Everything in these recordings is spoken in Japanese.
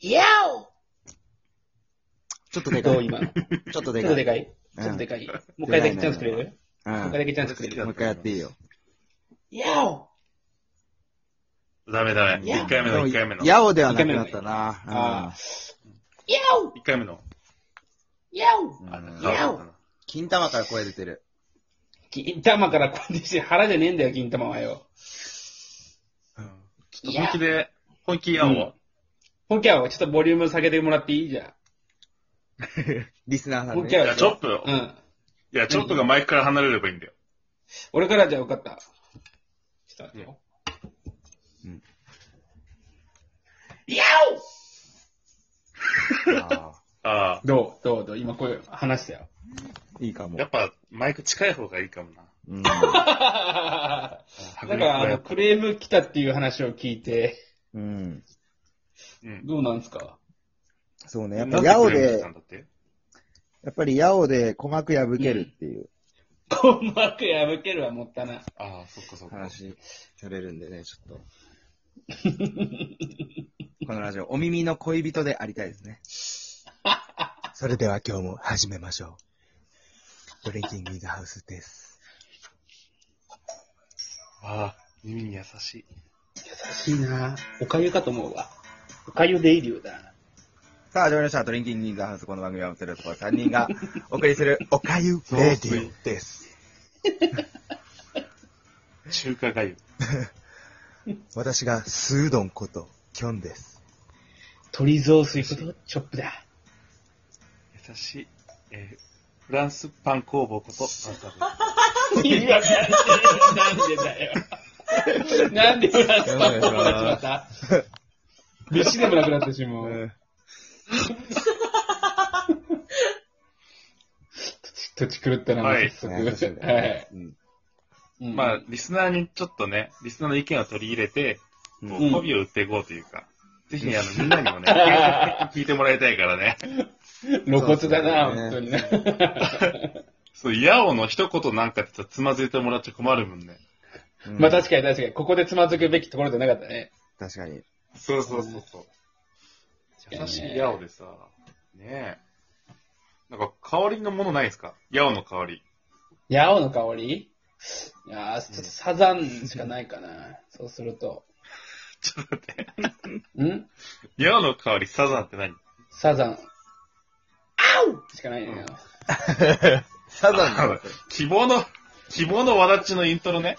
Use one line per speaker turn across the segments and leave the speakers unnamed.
イヤ
ちょっと
オ
でか
どう
い。
今。ち
ちょっと
ょ
で
っ
か
と
い。
でかい
うん
ちょっとでかい。もう一回だけチャンスくれるも
うん
う一回だけチャンスくれ
もう一
る
回やっていいよ。
イヤオ
ダメダメ。
いや
一回目の、一回目の。
ヤオではなくなったな
あ。イヤオ
一回目の。
イヤオ
うん
あの
うん
いやお
金玉から声出てる。
金玉からこうやって腹じゃねえんだよ、金玉はよ。
うんちょっと本気で、本気やおう。
本家はちょっとボリューム下げてもらっていいじゃ
リスナーさん
もう一
い
回
ね。
や、チョップを
ん。う。ん。
いや、チョップがマイクから離れればいいんだよ。
俺からじゃ分かった。ちょっと待ってよ。
うん
イヤオ
あ
あ
どうどうどう今こういう話したよ。
ーいいかも
あ。や。っぱ、マイク近い方がいいかもな。
うん
迫
なん
力
か、
が
あ
や
の、
っぱ
クレーム来たっていう話を聞いて、
うん。
うん。
どうなんですか
そうね。やっぱ
なん
ヤオ
クレーム
で
した、んだって
やっぱりヤオで鼓膜破けるっていう
鼓膜破けるはもったいない。
ああ、そっかそっか。
話されるんでね、ち ょっと。このラジオ、お耳の恋人でありたいですね。 それでは今日も始めましょう。ブレイキングイズハウスです。
ああ、耳に優しい。
優しいなおかゆかと思うわ。おかゆデイリューだな。
さあ、始まりました。ドリンキングインザハウス。この番組は、それとこ3人がお送り する、おかゆレディオです。
中華がゆ。
私が、スードンこと、キョンです。
鶏雑炊ことチョップだ。
優しい。えー、フランスパン工房こと、マサブ。
意味わかんねえなんでだよ。なんでフランスパンコになっちまった飯でもなくなってしまう。土地狂ったな、
はい
早速。はい。
うん。
うん
まあ、リスナーにちょっとね、リスナーの意見を取り入れて、
う
こうん媚びを売っていこうというか、ぜひね、あの、みんなにもね、 聞いてもらいたいからね。
露骨だな、
そ
本
う
当にね。
そう、ヤオの一言なんかってさつまずいてもらっちゃ困るもんね。
まあ確かに確かに、ここでつまずくべきところじゃなかったね。
確かに。
そうそうそうそう。優しいヤオでさ、ねえ。なんか、香りのものないですかヤオの香り。
ヤオの香りいやー、ちょっとサザンしかないかな。そうすると。
ちょっと待って。
ん
ヤオの香り、サザンって何
サザン。あうしかないね。
サ
あの希望の、希望のわだちのイントロね。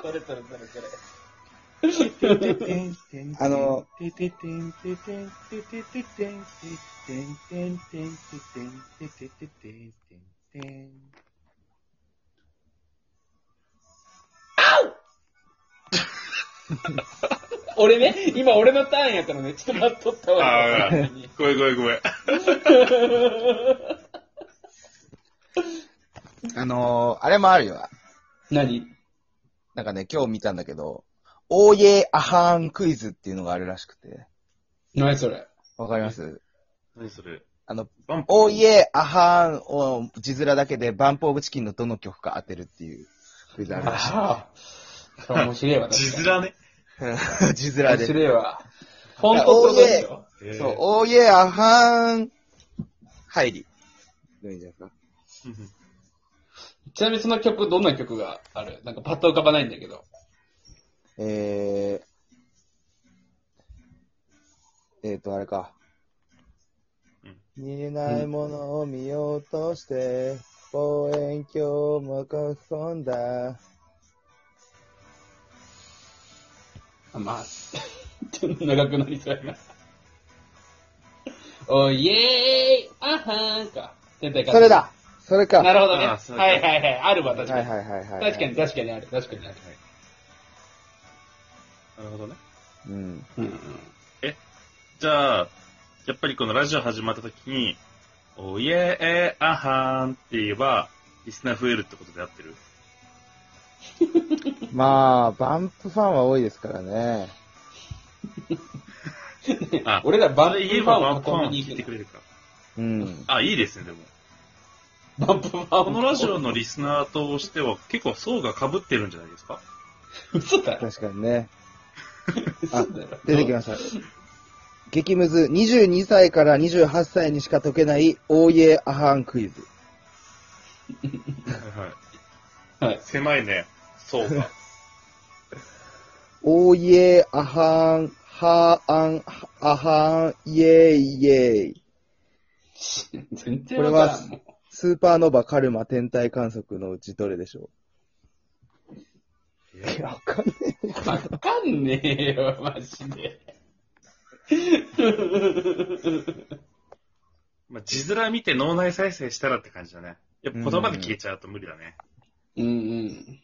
それそれそれそれ。
あの、
俺ね、今俺のターンやからね、ちょっと待っとったわ。
あーごめんごめんごめん。
あのー、あれもあるよ。
何
なんかね、今日見たんだけど、オーイエーアハーンクイズっていうのがあるらしくて。
何それ
わかります
何それ
あの、
バンプ
オーイエーアハーンを字面だけで、バンプオブチキンのどの曲か当てるっていうクイズあるらしい。
ああ。それ面白いわ、確か
地
に
面ね。
字面
面
で。
白いわ。本当ってことでしょ
えー
そう、おーいえ、あはーん、入り。どういうんじゃないですか。
ちなみにその曲、どんな曲があるなんかパッと浮かばないんだけど。
えー、えーと、あれか
うん。
見えないものを見ようとして、望遠鏡もかく込んだ。
まあ、 ちょっと長くなりそうやな。おいえーいあはーんか。天体観
それだそれか。
測なるほどね。
あ
は
あそう
い
か
はいはい。あるわ、
はい
確か
はい
に。
はいはい。
確かに、。確かにある。確かにある。
なるほどね。
うん。
うんうん。
じゃあ、やっぱりこのラジオ始まった時に、おいええあはーんって言えば、リスナー増えるってことで合ってる
まあ、バンプファンは多いですからね。
あ、
俺らバン
そ
プ
れ言え
フ
ばバンプ
ァン
ファン
を囲みに
聞い
行
て
く
くれるか。
うん。
あ、いいですね、でも。
の。バンプファンを
このラジオのリスナーとしては結構層が被ってるんじゃないですか
嘘だろ。
確かにね。あ
そうだよ、
出てきました。激ムズ、22歳から28歳にしか解けない、オーイエアハンクイズ。
はい。
はい
狭いね。そうか。
オーイエアハン、ハーアン、アハン、イエイイエイ。
全然わからんもん。
スーパーノバカルマ天体観測のうちどれでしょういや、わかんねえ。
わかんねえよ、マジで。
まあ、字面見て脳内再生したらって感じだね。やっぱ言葉で消えちゃうと無理だね。
うんうん。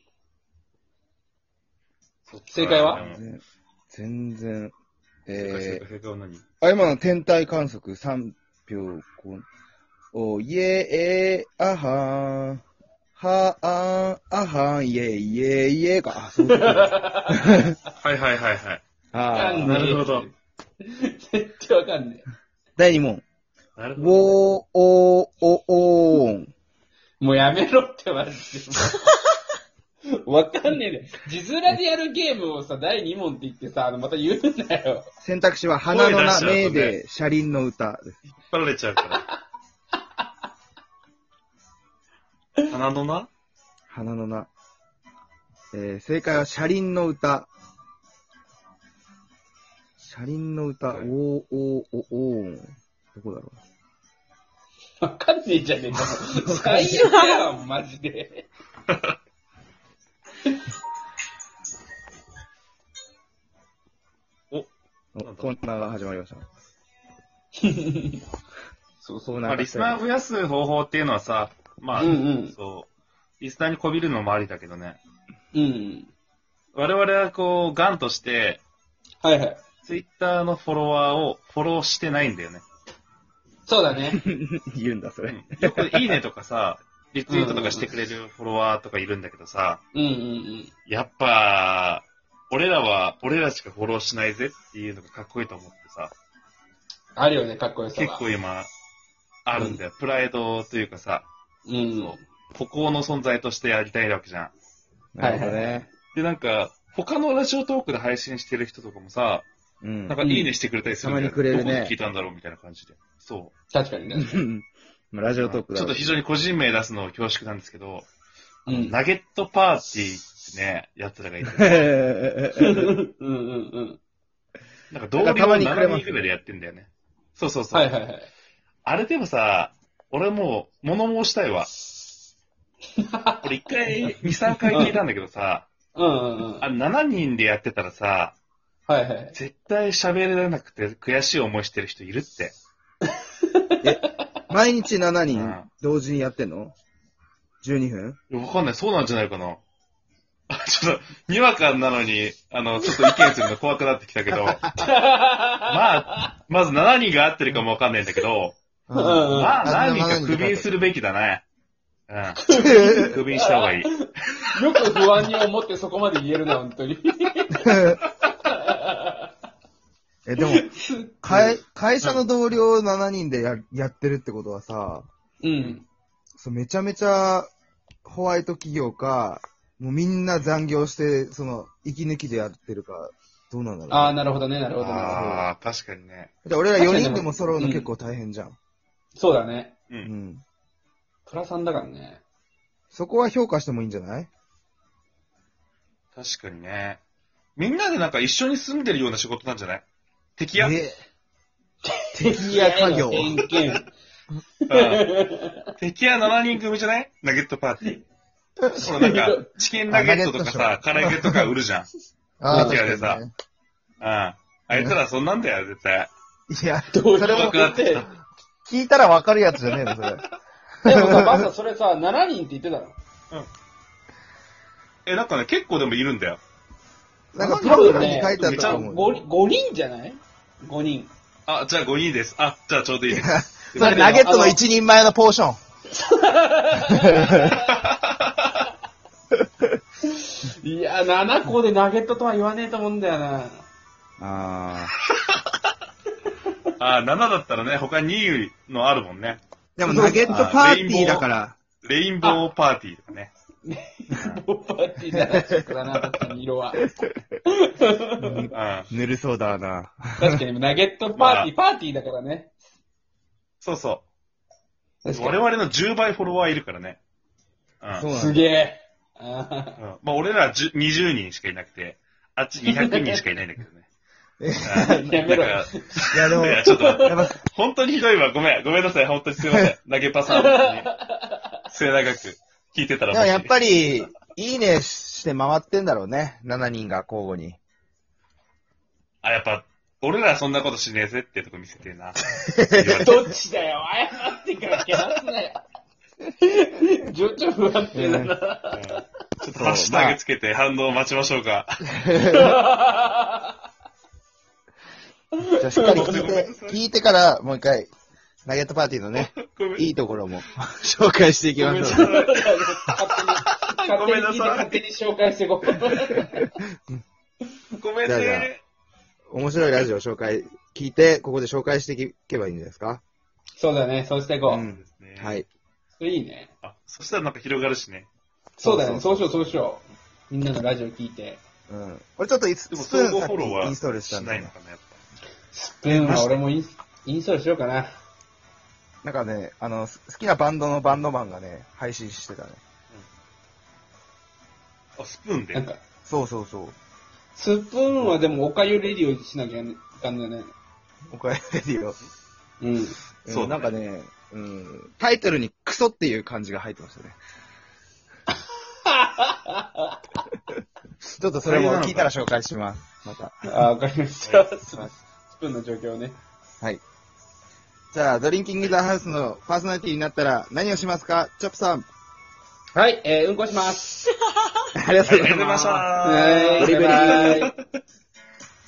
正解は
うん
全然。
正
え
解正解は何
ー、あ、今の天体観測3秒こおイエー、あはーん。はあん、あはん、イエイイエイイエイか。あ、そういうことだ
はいはいはいはい。
あ
わかん
ー
ね
な
え
るほど。
絶対わかんね
第2問。
なる
ウォー
ほど。、
おー、お、おーん。
え。もうやめろって、マジで。わかんねえで。字面でやるゲームをさ、第2問って言ってさ、あの、また言うんだよ。
選択肢は、花の
声出
名、
しちゃうとね
名で、車輪の歌です。
引っ張られちゃうから。鼻のな
花の名。えー、正解は、車輪の歌。車輪の歌、
はい
おーおーおおーん。どこだろ
わかんねえじゃねえ か。最悪だよ、マジで。
う
なんだ
コーナーが始まりました。
そう
コーナ
ま
ーが
あ、リ
来
ス
た
ナー増やす方法っていうのはさ、まあ、
うんうん
そう、リスナーにこびるのもありだけどね。
うん。
我々はこう、ガンとして、
はいはい。
ツイッターのフォロワーをフォローしてないんだよね。
そうだね。
言うんだ、それ。
うん よくいいねとかさ、リツイートとかしてくれるフォロワーとかいるんだけどさ、
うんうん
やっぱ、俺らは、俺らしかフォローしないぜっていうのがかっこいいと思ってさ、
うん。あるよね、かっこよさ
結
は。
構今、あるんだよ。プライドというかさ、
うん。
そう孤高の存在としてやりたいわけじゃん。
なるほどね。
で、なんか、他のラジオトークで配信してる人とかもさ、
う
なん
ん。
かいいねしてくれたりするんだよ、
うんたまにくれるね
どこで聞いたんだろうみたいな感じで。そ
確かにね。
まあラジ
う。
オトークだ
ちょっと非
に。
常に個人名出すのは恐縮なんですけど、
うん。
ナゲットパーティーってね、やつらがいて、
うん うんうん。
なんか同僚
なんかたまにくれ
7
ます
人ぐらいでやってんだよね。そうそうそう。
はいはいはい。
あれでもさ、俺もう物申したい わ。俺一回、2、3回聞いたんだけどさ、
うんうんうん。
あれ7人でやってたらさ、
はいはい。
絶対喋れなくて悔しい思いしてる人いるって。
毎日7
う
人
ん
同時にやってんの ?12 分
いやわかんない。そうなんじゃないかな。 あちょっと、にわかなのに、あの、ちょっと意見するの怖くなってき たけど、まあ、まず7人が合ってるかもわかんないんだけど、
ん うんうん
まあ、何人かクビにするべきだね。う
る。
ん。クビにした方がいい。
よく不安に思ってそこまで言えるな、本当に。
え、でも、会、会社の同僚7人でや、やってるってことはさ、
うん。
そうめちゃめちゃホワイト企業か、もうみんな残業して、その、息抜きでやってるか、どうなんだろう、ね。
ああ、なるほどね、なるほどね。
ああ、確かにね。
だって俺ら4人でも揃うの結構大変じゃん。
そうだね。
う
うん。
ん。
プラさんだからね。
そこは評価してもいいんじゃない
確かにね。みんなでなんか一緒に住んでるような仕事なんじゃない敵や、
え敵や家業
偏 見。
うん敵や7人組じゃないナゲットパーティー。ほらなんか、チキンナゲットとか
あナゲット、
さ唐揚げとか売るじゃん。
あー
敵やでさ
確かにね
うん。あいつらそんなんだよ、絶対。
いや、
どうで
それ
も
も
くなってきた。
聞いたらわかるやつじゃねえの、それ。
でもさ、バカそれさ、7人って言ってたの。
え、なんかね、結構でもいるんだよ。
なんかプロフィールに書いてあったと思うよ。
5, 五人じゃない ?5 人。
あ、じゃあ5人です。あ、じゃあちょうどいいです。
それナゲットの一
人前のポーション。
いや、7個でナゲットとは言わねえと思うんだよな。
ああ。
あ、7だったらね、他に2位のあるもんね。
でもナゲットパーティーだから。
レインボーパーティーとかね。
ボーパーティーじゃない色だな、確かに色は。
うん。
ぬるそうだな。
確かに、ナゲットパーティー、パーティーだからね。
そうそ
確
う。我
か
々の10倍フォロワーいるからね。う
そう
ん。
に。
なん
す
だ
げえ。あ
うんまあ、俺ら10 20人しかいなくて、あっち200人しかいないんだけどね。
ーやめろ。
だ
いや、で
か
も、
らい
や
や、
っ
ちょっと待って、
ぱ、
本当にひどいわ。ごめん、ごめんなさい。本当にすいません。 投げパさん、本当に。末永く聞いてたら
でもやっぱ
り。
り、いいねして回ってんだろうね。7人が交互に。
あ、やっぱ、俺らそんなことしねえぜってとこ見せてえな。言われて
どっちだよ謝ってからけなすなよ。情緒不安定だな。
うんちょっとハッシュタグつけて反応を待ちましょうか。
じゃあしっかり聞いて、聞いてからもう一回、ナゲットパーティーのね、
ごめん
いいところも 紹介していき
ご
ま
めんな
す
さ
の で。。
い
勝手に聞いて勝手に紹介していこう。
ごめん
じゃあじゃ
ね。
面白いラジオを紹介、聞いて、ここで紹介していけばいいんじゃないですか。
そうだね、そうしていこ
う
う。
ん
そうですね
はい。
いいね。
あそしたらなんか広がるしね。
そうだよね、そうしよう、そうしよう。みんなのラジオ聞いて。
うん。俺ちょっといつ、
でも
スプーン
総合
さっ
フォロー
きイ
は
ンストールし
した
んだ
な
よ
いの
ね。
かな、やっぱ。
スプーンは俺もインスインストールしようかな。
なんかね、あの、す好きなバンドのバンドマンがね、配信してたね。
あ、スプーンで
なんか、
そうそうそう。
スプーンはでもおかゆレディオしなきゃいかんだよね。
おかえりよ。
うん。
そう
なんかね、うん、タイトルにクソっていう感じが入ってま したね。ちょっとそれも聞いたら紹介します。また。
あ、わかりました。スプーンの状況ね。
はい。じゃあ、ドリンキングザハウスのパーソナリティになったら何をしますかチョップさ ん。
はい、えー、うんこします。
ありがとうござい
ありがとうございま
ま
し
す。
た
はい、バイバイ。